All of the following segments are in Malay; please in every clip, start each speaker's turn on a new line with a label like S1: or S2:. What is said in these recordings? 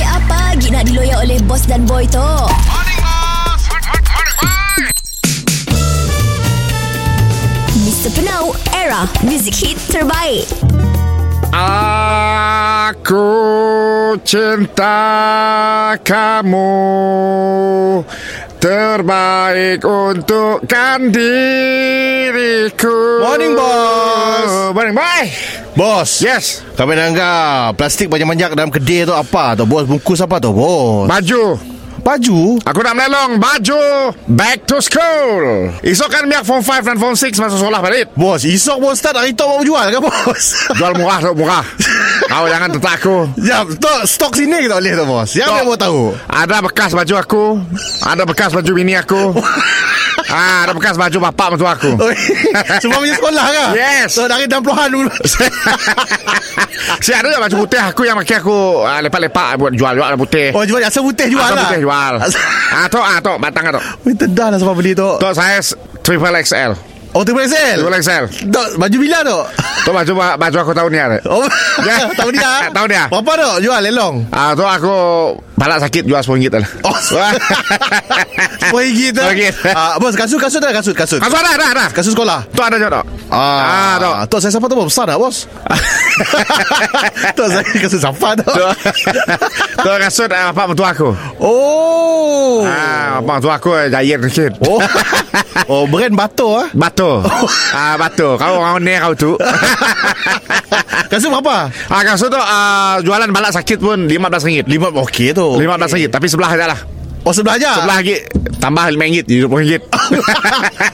S1: lagi nak diloyak oleh bos dan boy tu? Mr. Penau, era music hit terbaik.
S2: Aku cinta kamu Terbaik untukkan diriku
S3: Morning, boss.
S2: Morning boy
S3: Bos
S2: Yes
S3: Kami nak anggap Plastik banyak-banyak dalam kedai tu apa tu Bos bungkus apa tu bos
S2: Baju
S3: Baju
S2: Aku nak melelong Baju Back to school Esok kan biar form 5 dan form 6 Masuk sekolah balik
S3: Bos Esok bos start hari tu mau jual ke kan? bos
S2: Jual murah tu murah Kau jangan tetap aku
S3: Ya stok, stok sini kita boleh tu bos Yang
S2: Stok.
S3: mana mau tahu
S2: Ada bekas baju aku Ada bekas baju bini aku ah, Ada bekas baju bapak mertua aku
S3: Oi, Semua punya sekolah ke
S2: Yes.
S3: So dari 60-an dulu
S2: Si ada tak baju putih aku yang pakai aku ah, Lepak-lepak buat jual-jual baju putih
S3: Oh jual asal putih jual
S2: Asal
S3: lah
S2: putih jual Ah tok ah tok batang ah tok.
S3: Minta dah lah sebab beli tu
S2: Tok saya triple XL.
S3: Oh tu Excel
S2: Triple XL.
S3: Tok baju bila tu
S2: Tok baju baju aku tahun ni ada.
S3: Oh
S2: Ya.
S3: Tahu dia
S2: Tahu dia.
S3: Berapa tu jual lelong
S2: Ah tok aku balak sakit jual RM10 dah. lah.
S3: Oh Pergi tu
S2: Pergi.
S3: Ah, Bos kasut kasut tak kasut kasut
S2: Kasut ada ada ada.
S3: Kasut sekolah
S2: Tok ada je tok. Ah tok.
S3: Tok saya siapa tu bos? Besar tak bos? Tok saya kasut siapa tu?
S2: Tok- Tok kasut ah, bapak mertua aku.
S3: Oh.
S2: Ah bapak mertua aku eh, giant sikit.
S3: Oh. oh, brand batu ah.
S2: Batu Ah batu Kau orang ni kau tu
S3: Kasut berapa?
S2: Ah kasut tu ah, Jualan balak sakit pun RM15
S3: Lima okey tu.
S2: RM15 Tapi sebelah je lah
S3: Oh, sebelah aja.
S2: Sebelah lagi Tambah RM5 Jadi RM20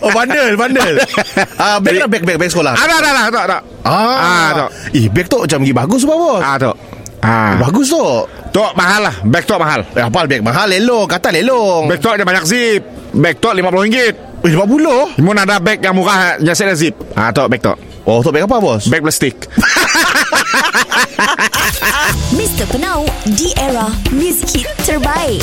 S3: oh, bandel, bandel. Ah, bag lah, bag, bag, bag sekolah.
S2: Ah, tak, tak, tak, tak, tak. ah tak.
S3: Eh, bag tu macam pergi bagus apa bos?
S2: Ah, tak. Ah.
S3: Bagus tu.
S2: Tok mahal lah. Bag tok mahal.
S3: Eh, apa bag mahal lelong, kata lelong.
S2: Bag tok dia banyak zip. Bag tok RM50.
S3: Eh, 50.
S2: Mun ada bag yang murah yang set ada zip. Ah, tok bag tok.
S3: Oh, tu bag apa bos?
S2: Bag plastik.
S1: Mr. Penau, di era music hit terbaik.